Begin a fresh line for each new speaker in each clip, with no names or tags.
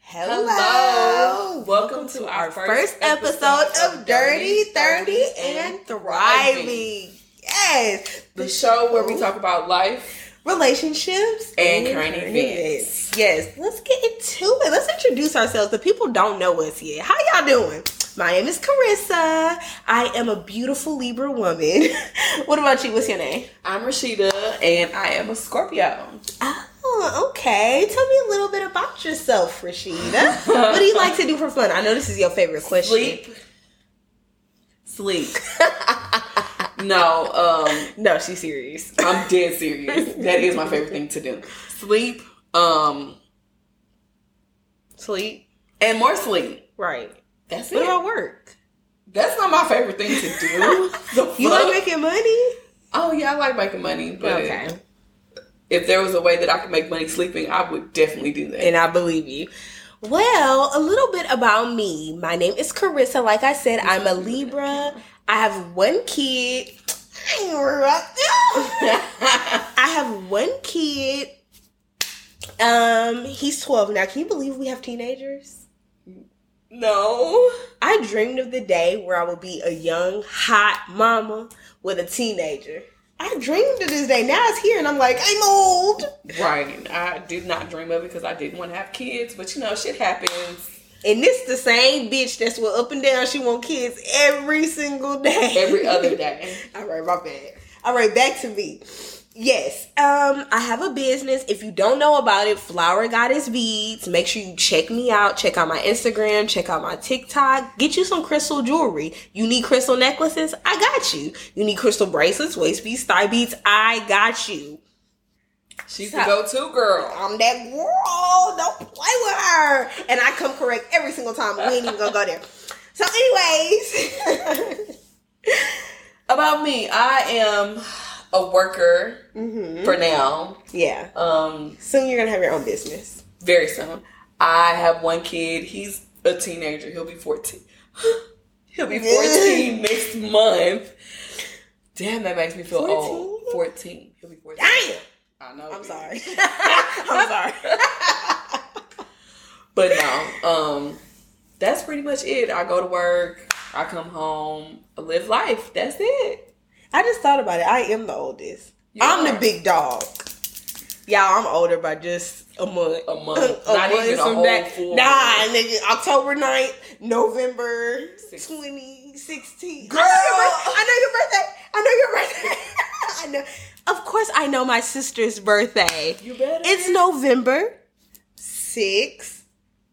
Hello.
Welcome, to, our,
First episode of Dirty, 30, and Thriving. Yes.
The show where we talk about life.
relationships
And current events.
Yes. Let's get into it. Let's introduce ourselves. The people don't know us yet. How y'all doing? My name is Carissa. I am a beautiful Libra woman. what about you? What's your name?
I'm Rashida and I am a Scorpio.
Oh, okay. Tell me a little bit about yourself, Rashida. what do you like to do for fun? I know this is your favorite question.
Sleep. Sleep. no, um,
No, she's serious.
I'm dead serious. That is my favorite thing to do. Sleep, um,
Sleep.
and more sleep.
Right.
That's
What
it.
about work?
That's not my favorite thing to do. The
You
fuck?
like making money?
Oh yeah, I like making money, but if there was a way that I could make money sleeping, I would definitely do that.
And I believe you. Well, a little bit about me. My name is Carissa. Like I said, I'm a Libra. I have one kid. I ain't worried about you. I have one kid. Um, he's 12 now. Can you believe we have teenagers?
no.
I dreamed of the day where I would be a young, hot mama with a teenager. I dreamed of this day. Now it's here, and I'm like, I'm old.
Right. I did not dream of it because I didn't want to have kids, but you know, shit happens.
And this the same bitch that's well up and down. She want kids every single day.
Every other day.
All right, my bad. All right, back to me. Yes, um, I have a business. If you don't know about it, Flower Goddess Beads. Make sure you check me out. Check out my Instagram. Check out my TikTok. Get you some crystal jewelry. You need crystal necklaces? I got you. You need crystal bracelets, waist beads, thigh beads? I got you.
She's the go to girl.
I'm that girl. Don't play with her. And I come correct every single time. We ain't even gonna go there. So, anyways,
About me, I am a worker
Mm-hmm.
for now.
yeah.
Um,
Soon you're gonna have your own business.
very soon. I have one kid. He's a teenager. He'll be 14. He'll be 14 next month. Damn, that makes me feel old. 14. He'll be 14.
Damn.
I know.
I'm
bitch.
sorry. I'm sorry.
But no, um, that's pretty much it. I go to work, I come home, I live life. That's it.
I just thought about it. I am the oldest.
You
I'm
are.
the big dog. Y'all, I'm older by just a month.
A month. Not even a
from
whole
that.
full
Nah,
month.
nigga. October 9th, November
Six.
2016.
Girl!
I know your birthday. I know your birthday. I know. Of course, I know my sister's birthday.
You better.
It's November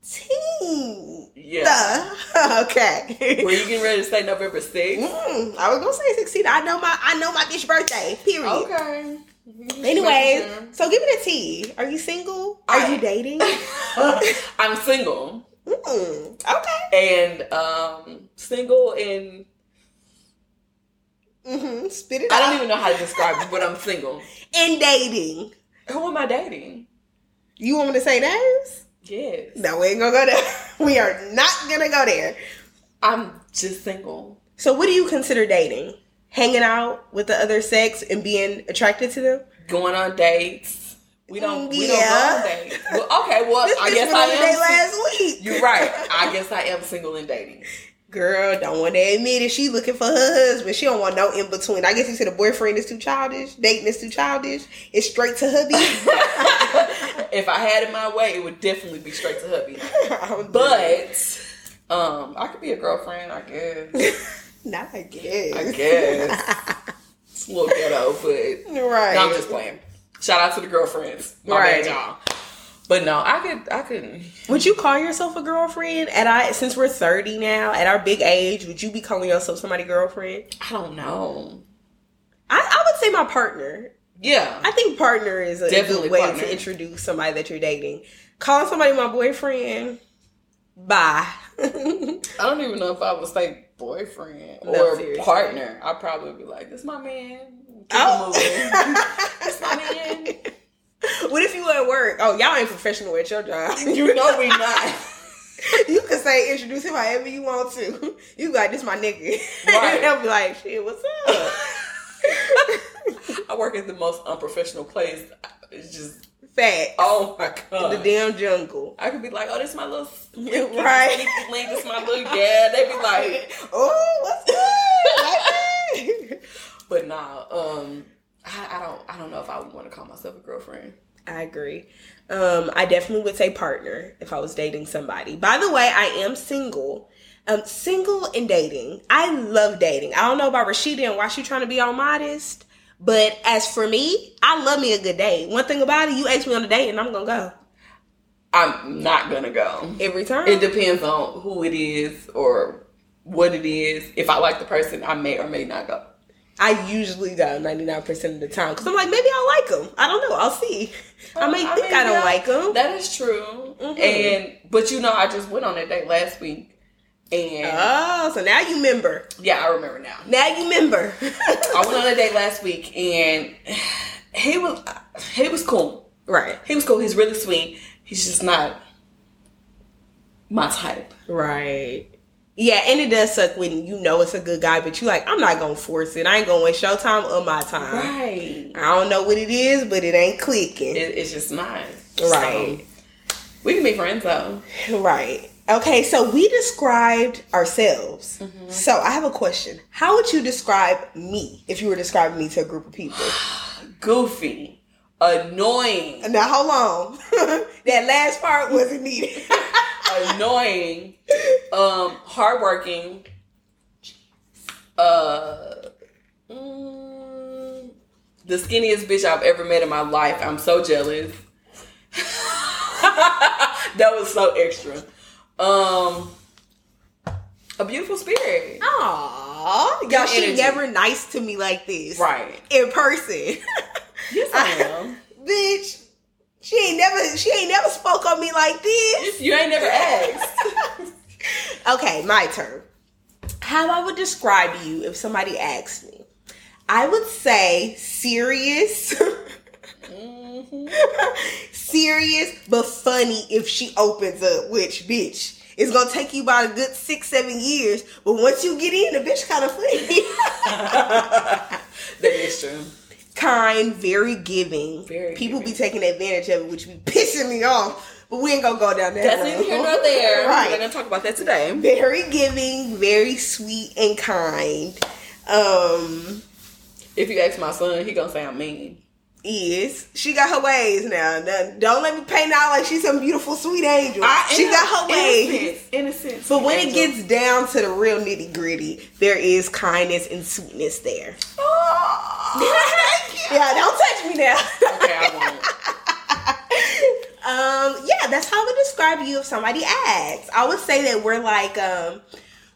16th.
yeah.
Okay.
Were you getting ready to say November 6th?
Mm, I was gonna say sixteen. I know my I know my bitch birthday. Period.
Okay.
Mm-hmm. Anyways,
Making
so give it a T. Are you single? Are
I-
you dating?
sure. I'm single
Mm, okay.
and um single and
hmm Spit it
I
out.
don't even know how to describe it, but I'm single.
And dating.
Who am I dating?
You want me to say names?
Yes.
No, we ain't gonna go there. We are not gonna go there.
I'm just single.
So, what do you consider dating? Hanging out with the other sex and being attracted to them?
Going on dates. We don't we don't go
Yeah.
on dates. Well, okay, well
This
I
bitch
guess
went
I
on a date
am
last week.
You're right. I guess I am single and dating.
Girl, don't want to admit it. She looking for her husband. She don't want no in between. I guess you said a boyfriend is too childish. Dating is too childish. It's straight to hubby.
if I had it my way, it would definitely be straight to hubby.
I'm done.
But um, I could be a girlfriend, I guess.
nah, I guess.
I guess. It's a little ghetto, but
Right.
no, I'm just playing. Shout out to the girlfriends, my
Right.
bad, y'all. But no, I could, I could.
Would you call yourself a girlfriend? At I since we're thirty now, at our big age, would you be calling yourself somebody girlfriend?
I don't know.
I, I would say my partner.
Yeah,
I think partner is a
Definitely
good way
partner.
to introduce somebody that you're dating. Calling somebody my boyfriend, bye.
I don't even know if I would say boyfriend
No,
or
seriously.
partner. I'd probably be like, "This my man." Keep it moving. This my man.
what if you at work? Oh, y'all ain't professional at your job.
You know we not.
you can say introduce him however you want to. You be like this my nigga.
Right.
and they'll be like, shit, what's up?
I work at the most unprofessional place. It's just
Facts.
Oh my
In
god.
the damn jungle.
I could be like, oh, this is my little
Right.
sneaky link. This is my little yeah. They be like,
Oh, what's good? Like that?
but nah. Um, I, I don't. I don't know if I would want to call myself a girlfriend.
I agree. Um, I definitely would say partner if I was dating somebody. By the way, I am single. Um, single and dating. I love dating. I don't know about Rashida and why she trying to be all modest, but as for me, I love me a good date. One thing about it, you ask me on a date and I'm gonna go
I'm not gonna go.
every time.
It depends on who it is or what it is. If I like the person, I may or may not go.
I usually go 99% of the time because I'm like, maybe I'll like them. I don't know. I'll see. I may think I don't
yeah,
like them.
That is true.
Mhm.
And but you know, I just went on that date last week, and
Oh, so now you member.
yeah, I remember now.
Now you member.
I went on a date last week, and he was he was cool.
right.
He was cool. He's really sweet. He's just not my type.
Right. Yeah, and it does suck when you know it's a good guy, but you like, I'm not gonna force it. I ain't gonna waste your time or my time.
Right.
I don't know what it is, but it ain't clicking.
It, it's just not.
Right.
So, we can be friends though.
Right. Okay, so we described ourselves.
Mm-hmm.
So I have a question. How would you describe me if you were describing me to a group of people?
Goofy, annoying,
Now hold on. that last part wasn't needed.
annoying, um, hardworking. Uh, mm, the skinniest bitch I've ever met in my life. I'm so jealous. that was so extra. Um, a beautiful spirit.
Aww. Y'all, she
energy.
never nice to me like this.
Right.
In person.
Yes, I am.
Bitch. She ain't never she ain't never spoke on me like this.
You ain't never asked.
okay, my turn. How I would describe you if somebody asked me. I would say serious. serious but funny if she opens up, which bitch. It's gonna take you about a good six, seven years, but once you get in, the bitch kind of funny.
That is true.
kind, very giving.
Very
People be
giving.
taking advantage of it, which be pissing me off. But we ain't gonna go down that
That's
road.
neither here nor there. We're
right.
gonna talk about that today.
Very giving, very sweet and kind. Um,
If you ask my son, he gonna say I'm mean.
is she got her ways now. Now, Don't let me paint out like she's some beautiful sweet angel. she got her ways.
Innocence, innocence.
But when it
Angel.
gets down to the real nitty gritty, there is kindness and sweetness there. yeah, don't touch me now.
okay, I won't.
um, yeah, that's how I would describe you if somebody asks. I would say that we're like, um,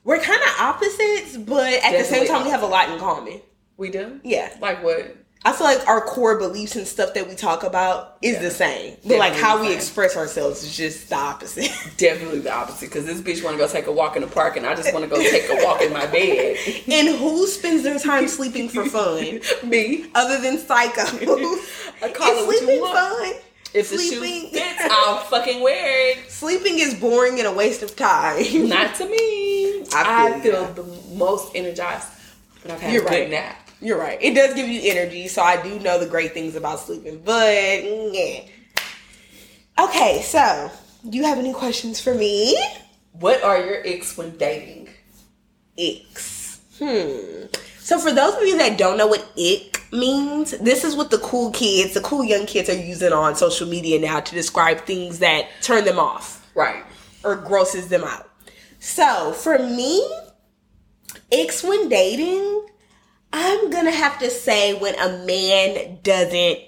we're kind of opposites, but at the same
Definitely
time, we have a lot in common.
We do.
Yeah.
Like what?
I feel like our core beliefs and stuff that we talk about is
Yeah.
the same. But like
Definitely
how
the
we
same.
express ourselves is just the opposite.
Definitely the opposite. Because this bitch want to go take a walk in the park, and I just want to go take a walk in my bed.
and who spends their time sleeping for fun
Me.
other than psychos?
I call
Is
it what
sleeping
you want.
fun?
If the
Sleeping.
shoe fits, I'll fucking wear it.
Sleeping is boring and a waste of time.
Not to me.
I
I
feel
feel, the most energized when I've had
You're
a good
right.
nap.
You're right. It does give you energy, so I do know the great things about sleeping. But yeah. Okay, so do you have any questions for me?
What are your icks when dating?
icks. Hmm. So for those of you that don't know what ick means, this is what the cool kids, the cool young kids are using on social media now to describe things that turn them off
Right.
or grosses them out. So for me, icks when dating, I'm gonna have to say when a man doesn't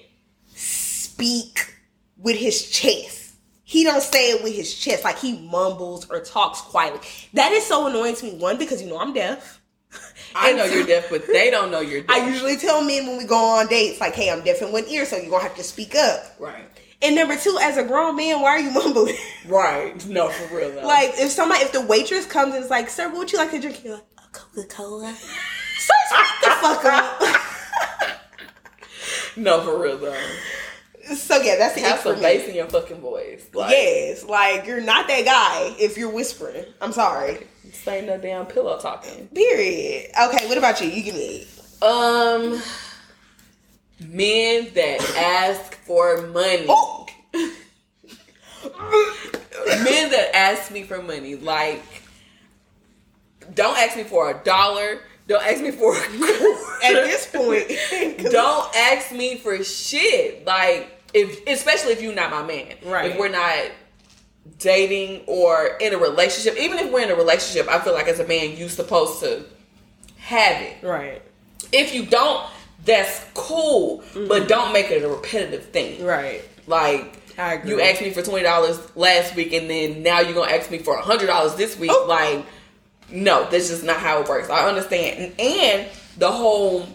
speak with his chest. He don't say it with his chest, like he mumbles or talks quietly. That is so annoying to me. One, because you know I'm deaf.
I
And
know
two-
you're deaf, but they don't know you're deaf.
I usually tell men when we go on dates, like, hey, I'm deaf in one ear, so you're gonna have to speak up.
right.
And number two, as a grown man, why are you mumbling?
Right. No, for real though.
Like if somebody, if the waitress comes and is like, "Sir, what would you like to drink?" You're like, "A Coca Cola." Sir, shut the fuck up.
no, for real though.
So yeah, that's the ick
Have
for
some
me.
bass in your fucking voice. Like,
yes, like you're not that guy if you're whispering. I'm sorry.
This ain't no damn pillow talking.
Period. Okay, what about you? You give me.
Um, Men that ask for money.
Oh.
Men that ask me for money, like, don't ask me for a dollar. Don't ask me for a quarter.
At this point, 'cause-
don't ask me for shit. Like, if especially if you're not my man,
Right.
If we're not dating or in a relationship, even if we're in a relationship, I feel like as a man, you're supposed to have it.
Right.
If you don't, that's cool, but don't make it a repetitive thing.
Mm-hmm. Right.
Like.
I agree.
You asked me for twenty dollars last week, and then now you're gonna ask me for hundred dollars this week.
Oh.
Like, no, that's just not how it works. I understand, and, and the whole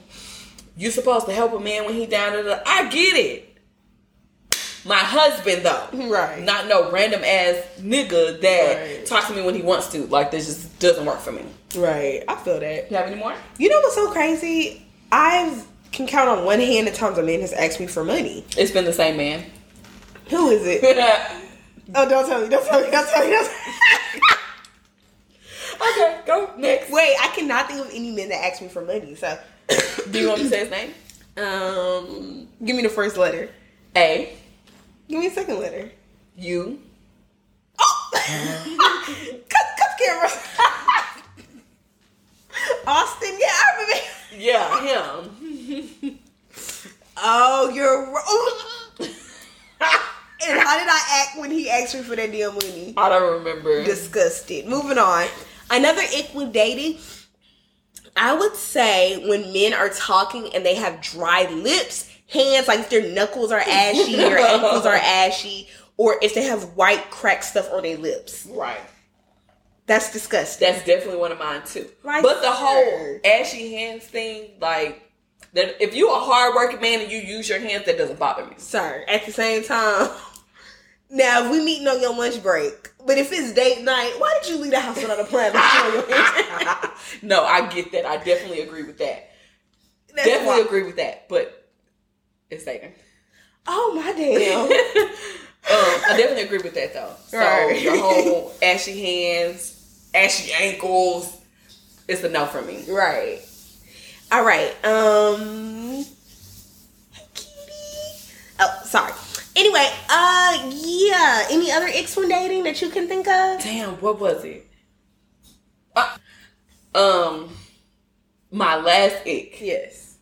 you supposed to help a man when he down. da, da, da, I get it. My husband though,
Right.
Not no random ass nigga that
Right.
talks to me when he wants to. Like, this just doesn't work for me.
Right. I feel that.
You have any more?
You know what's so crazy? I can count on one hand the times a man has asked me for money.
It's been the same man.
Who is it?
okay,
Oh, don't tell me. Don't tell me. Don't tell me. Don't tell me.
go next.
Wait, I cannot think of any men that asked me for money. So,
Do you want me to say his name?
um, give me the first letter.
A
Give me the second letter.
U
Oh, cut, cut the camera. Austin, yeah, I remember.
Yeah, him.
Oh, you're. ro- Oh. and how did I act when he asked me for that damn money?
I don't remember.
Disgusted. Moving on. Another ick with dating. I would say when men are talking and they have dry lips, hands, like if their knuckles are ashy, their ankles are ashy, or if they have white crack stuff on their lips.
right.
That's disgusting.
That's definitely one of mine too.
Right
but the
there.
whole ashy hands thing, like that if you a hard working man and you use your hands, that doesn't bother me.
Sir, at the same time. Now, if we meeting on your lunch break, but if it's date night, why did you leave the house without a plan?
no, I get that. I definitely agree with that.
That's why-
definitely agree with that. But it's Satan.
Oh my damn.
um, I definitely agree with that though. So
Right.
the whole ashy hands, ashy ankles, it's a no for me.
Right. All right. Um. Hey, cutie. Oh, sorry. Anyway, uh, yeah. Any other X one dating that you can think of?
Damn, what was it? Uh, um, my last ick.
Yes.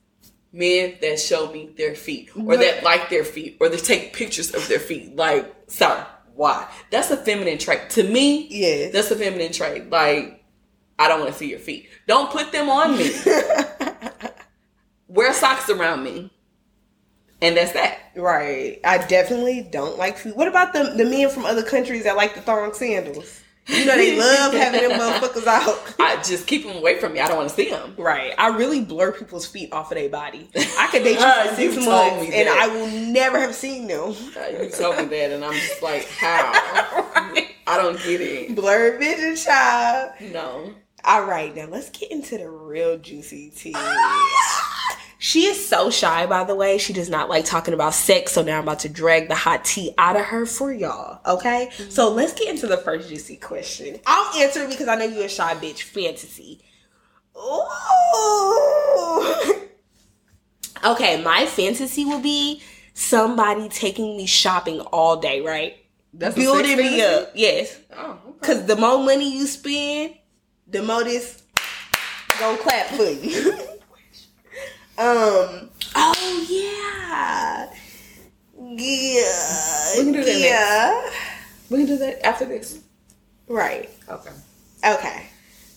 men that show me their feet or that like their feet or they take pictures of their feet. Like, sorry, why? That's a feminine trait. To me,
Yes.
that's a feminine trait. Like, I don't want to see your feet. Don't put them on me. Wear socks around me. And that's that.
Right. I definitely don't like food. What about the the men from other countries that like the thong sandals? You know they love having them motherfuckers out.
I just keep them away from me. I don't want to see them.
Right. I really blur people's feet off of their body. I could date you for
Uh, you
six
told
months
me
and
that.
I will never have seen them.
You told me that, and I'm just like, how? I don't get it.
Blur vision, child.
No.
All right, now let's get into the real juicy tea. She is so shy, by the way. She does not like talking about sex, so now I'm about to drag the hot tea out of her for y'all, okay? So let's get into the first juicy question. I'll answer it because I know you're a shy bitch fantasy. Ooh. okay, my fantasy will be somebody taking me shopping all day, right?
That's a
Building
sex
me
fantasy?
up. Yes.
Oh, okay.
Cause the more money you spend, the more this gonna clap for you. um. Oh yeah. Yeah.
We can do that next.
yeah.
We can do that after this.
Right.
Okay.
Okay.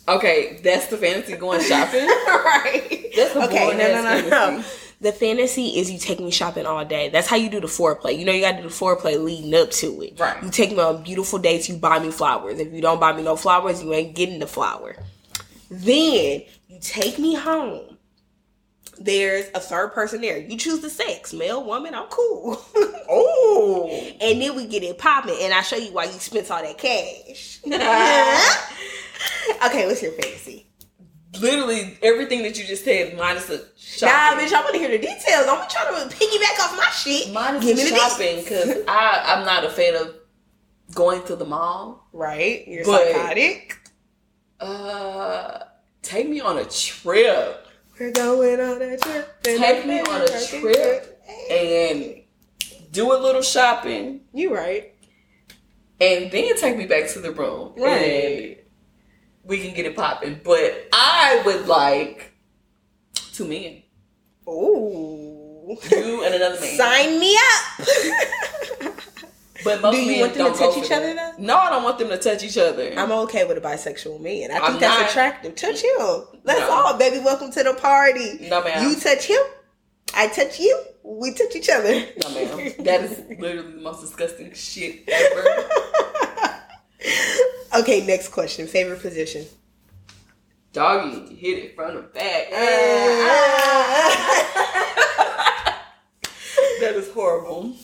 Okay, that's the fantasy going shopping.
right.
That's a
okay. No, no,
boring-ass
no, no.
fantasy.
The fantasy is you take me shopping all day. That's how you do the foreplay. You know you got to do the foreplay leading up to it.
Right.
You take me on beautiful dates. You buy me flowers. If you don't buy me no flowers, you ain't getting the flower. Then you take me home. There's a third person there. You choose the sex, male, woman. I'm cool.
oh.
and then we get it popping, and I show you why you spent all that cash. okay, what's your fantasy?
Literally everything that you just said minus the
Nah,
shopping.
bitch, I want to hear the details. I'm trying to piggyback off my shit.
minus
Give
the
me the
shopping
details.
because I I'm not a fan of going to the mall.
Right, you're
But-
psychotic.
Uh, take me on a trip.
We're going on a trip. and
Take me on a
everything-
trip and do a little shopping
You right.
and then take me back to the room.
Right.
And we can get it popping. But I would like two men.
Ooh.
You and another man.
Sign me up.
But most
Do you
men
want them to
don't go
touch
for
each other,
that.
though?
No, I don't want them to touch each other.
I'm okay with a bisexual man. I think
I'm
that's
not.
attractive. Touch him. That's
No.
all, baby. Welcome to the party.
No, ma'am.
You touch him. I touch you. We touch each other.
no, ma'am. That is literally the most disgusting shit ever.
okay, next question. Favorite position.
Doggy, hit it from the back. that is horrible.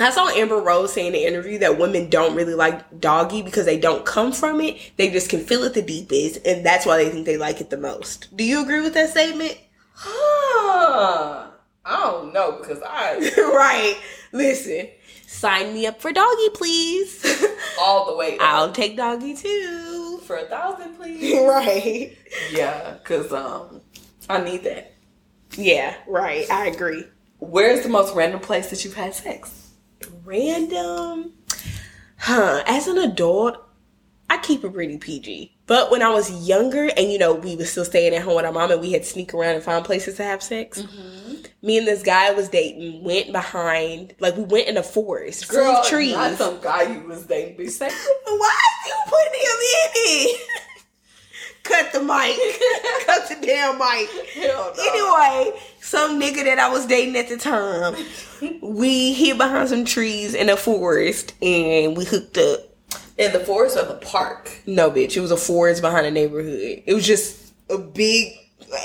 I saw Amber Rose say in an interview that women don't really like doggy because they don't come from it. They just can feel it the deepest, and that's why they think they like it the most. Do you agree with that statement?
Huh. I don't know because I
right. Listen, sign me up for doggy, please.
all the way out
I'll take doggy too.
for a thousand, please.
right.
Yeah, because um, I need that.
Yeah, right. I agree.
Where's the most random place that you've had sex?
Random. Huh. As an adult, I keep it pretty PG. But when I was younger and, you know, we was still staying at home with our mom and we had to sneak around and find places to have sex, me and this guy I was dating went behind, like, we went in a forest full of trees.
not some guy you was dating. Be sex.
Why is you putting him in it? Cut the mic. Cut the damn mic.
Hell no.
Anyway, some nigga that I was dating at the time, we hid behind some trees in a forest and we hooked up.
In the forest or the park?
No, bitch, it was a forest behind a neighborhood. It was just a big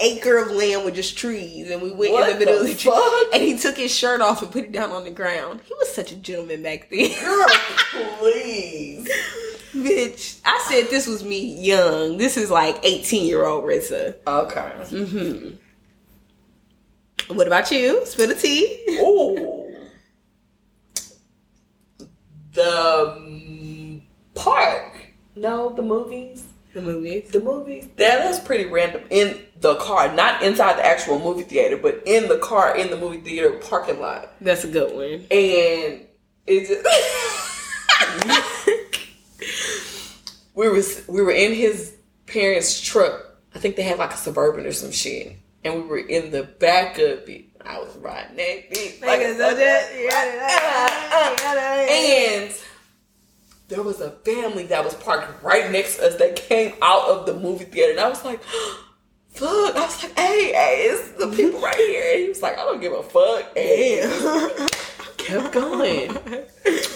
acre of land with just trees and we went
What
in the middle
the
of the tree
fuck?
and he took his shirt off and put it down on the ground. He was such a gentleman back then.
Girl, please.
Bitch, I said this was me young. This is like 18 year old Rissa.
Okay.
What about you? Spill the tea.
Ooh. The mm, park. No, the movies.
The movies.
The movies. That is pretty random. In the car, not inside the actual movie theater, but in the car in the movie theater parking lot.
That's a good one.
and it just we was we were in his parents' truck. I think they had like a suburban or some shit, and we were in the back of it. I was riding that bitch like Ah, a and there was a family that was parked right next to us that came out of the movie theater. And I was like, fuck. I was like, hey, hey, it's the people right here. And he was like, I don't give a fuck. And kept going.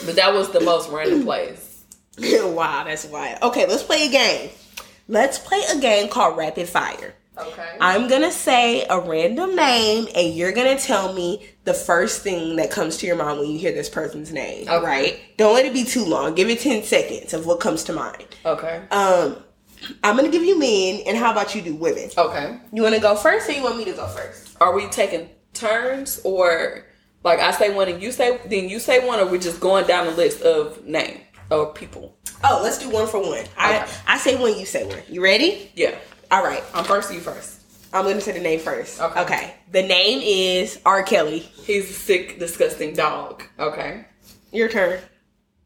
But that was the most random place.
wow, that's wild. Okay, let's play a game. Let's play a game called Rapid Fire.
Okay.
I'm gonna say a random name, and you're gonna tell me the first thing that comes to your mind when you hear this person's name. All
Okay.
right. Don't let it be too long. Give it 10 seconds of what comes to mind.
Okay.
Um, I'm gonna give you men, and how about you do women?
Okay.
You wanna go first, or you want me to go first?
Are we taking turns or like I say one and you say then you say one or we just going down the list of name of people?
Oh, let's do one for one. I
Okay.
I say one, you say one. You ready?
Yeah.
All right.
I'm first or you first?
I'm gonna say the name first.
Okay.
okay. The name is R. Kelly.
He's a sick, disgusting dog. Okay.
Your turn.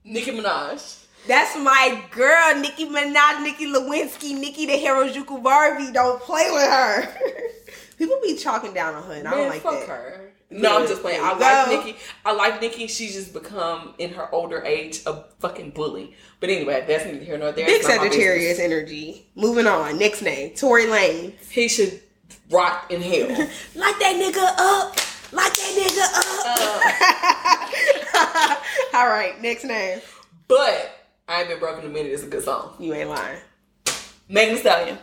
Nicki Minaj.
That's my girl, Nicki Minaj, Nicki Lewinsky, Nicki the Harajuku Barbie. Don't play with her. People be chalking down on her, and I don't like
fuck
that.
her. No, I'm just playing. I
Yeah.
like Nicki. I like Nicki. She's just become in her older age a fucking bully. But anyway, that's neither here nor there.
Big
It's not my
Sagittarius energy. Moving on. Next name, Tory Lane.
business. He should rot in hell.
Light that nigga up. Light that nigga up. All right, next name.
but I ain't been broken in a minute. It's a good song.
You ain't lying.
Megan Thee Stallion.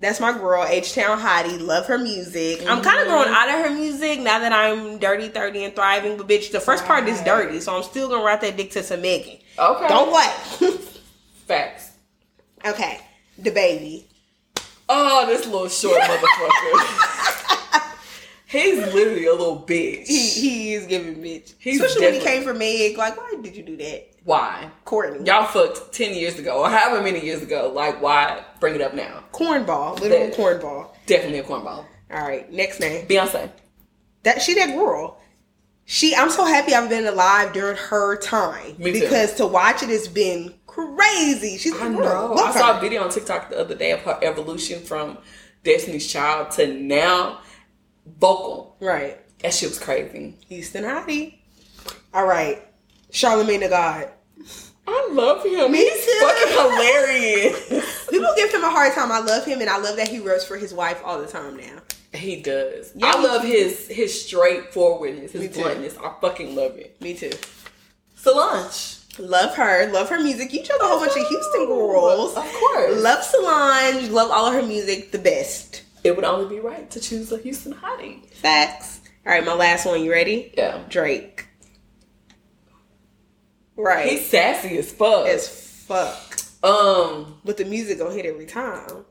That's my girl, H Town Hottie. Love her music. I'm kind of
Mm-hmm.
growing out of her music now that I'm dirty, 30, and thriving. But bitch, the first part is
Right.
dirty, so I'm still gonna rock that dick to some Megan.
Okay.
Don't what?
facts.
okay, the baby.
Oh, this little short motherfucker. He's literally a little bitch.
He, he is giving bitch.
He's
Especially when he
definitely-
came for Meg. Like, why did you do that,
Why?
Courtney?
Y'all fucked ten years ago or however many years ago. Like why bring it up now?
cornball, literal
That-
cornball.
Definitely a cornball.
All right, next name.
Beyonce.
That she that girl. She I'm so happy I've been alive during her time.
Me too.
because to watch it has been crazy. She's
I
I
know. I saw a video on TikTok the other day of her evolution from Destiny's Child to now vocal.
Right.
That shit was crazy.
Houston Hottie. All right. Charlemagne the God.
I love him.
Me
He's
too.
fucking hilarious.
People give him a hard time. I love him and I love that he rubs for his wife all the time now.
he does.
Yeah,
I
he-
love his his straightforwardness, his
Me too.
bluntness. I fucking love it.
Me too.
Solange.
Love her. Love her music. You chose a whole bunch of Houston girls.
Of course.
Love Solange. Love all of her music. The best.
It would only be right to choose a Houston hottie.
Facts. All right, my last one. You ready?
Yeah.
Drake. Right.
He's sassy as fuck.
as fuck.
um,
But the music gonna hit every time.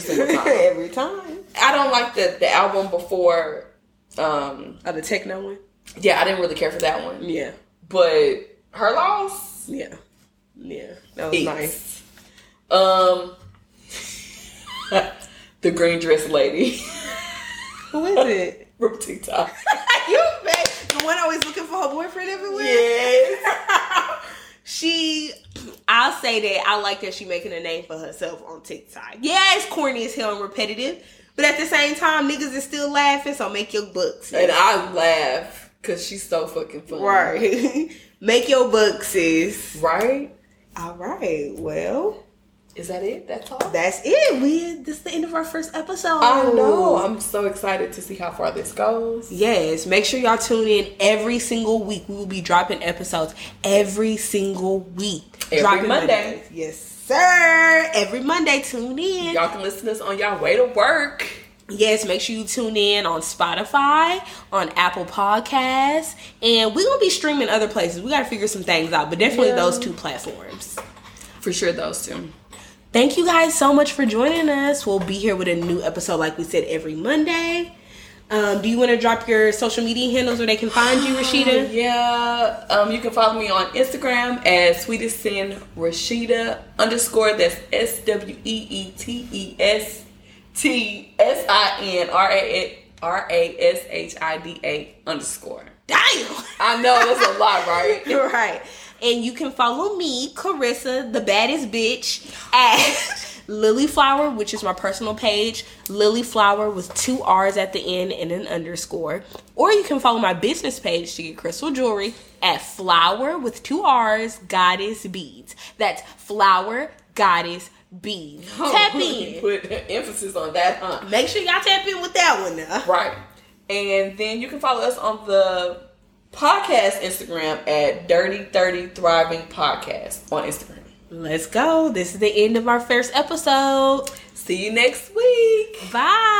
single time.
every time.
I don't like the the album before. Um,
Oh, the techno one.
yeah, I didn't really care for that one,
Yeah.
but her loss.
Yeah. Yeah. That was
Eats.
nice.
Um, the green dress lady
Who is it?
from TikTok.
you bet. The one always looking for her boyfriend everywhere.
Yes.
She, I'll say that I like that she making a name for herself on TikTok. Yeah, it's corny as hell and repetitive, but at the same time, niggas is still laughing. So make your books,
and I laugh because she's so fucking funny.
right? make your books, sis.
Right.
All right. Well,
Is that it? That's all.
that's it. We this is the end of our first episode.
I know. I'm so excited to see how far this goes.
Yes, make sure y'all tune in every single week. We will be dropping episodes every single week.
Every
dropping
Monday.
Mondays. Yes, sir. Every Monday, tune in.
Y'all can listen to us on y'all way to work.
Yes, make sure you tune in on Spotify, on Apple Podcasts, and we're gonna be streaming other places. We gotta figure some things out, but definitely
Yeah.
those two platforms.
For sure, those two.
Thank you guys so much for joining us. We'll be here with a new episode, like we said, every Monday. Um, do you want to drop your social media handles where they can find you, Rashida?
Uh, Yeah. Um, you can follow me on Instagram at sweetest sin Rashida underscore. That's S W E E T E S T S I N R A R A S H I D A underscore.
Damn.
I know that's a lot, right?
You're right. And you can follow me, Carissa, the baddest bitch, at Lily Flower, which is my personal page. Lily Flower with two R's at the end and an underscore. Or you can follow my business page to get crystal jewelry at Flower with two R's, Goddess Beads. That's Flower Goddess Beads.
Oh,
Tap
You
in.
put emphasis on that, huh?
Make sure y'all tap in with that one now.
Right. And then you can follow us on the podcast Instagram at Dirty Thirty Thriving Podcast on Instagram.
Let's go. This is the end of our first episode.
See you next week.
Bye.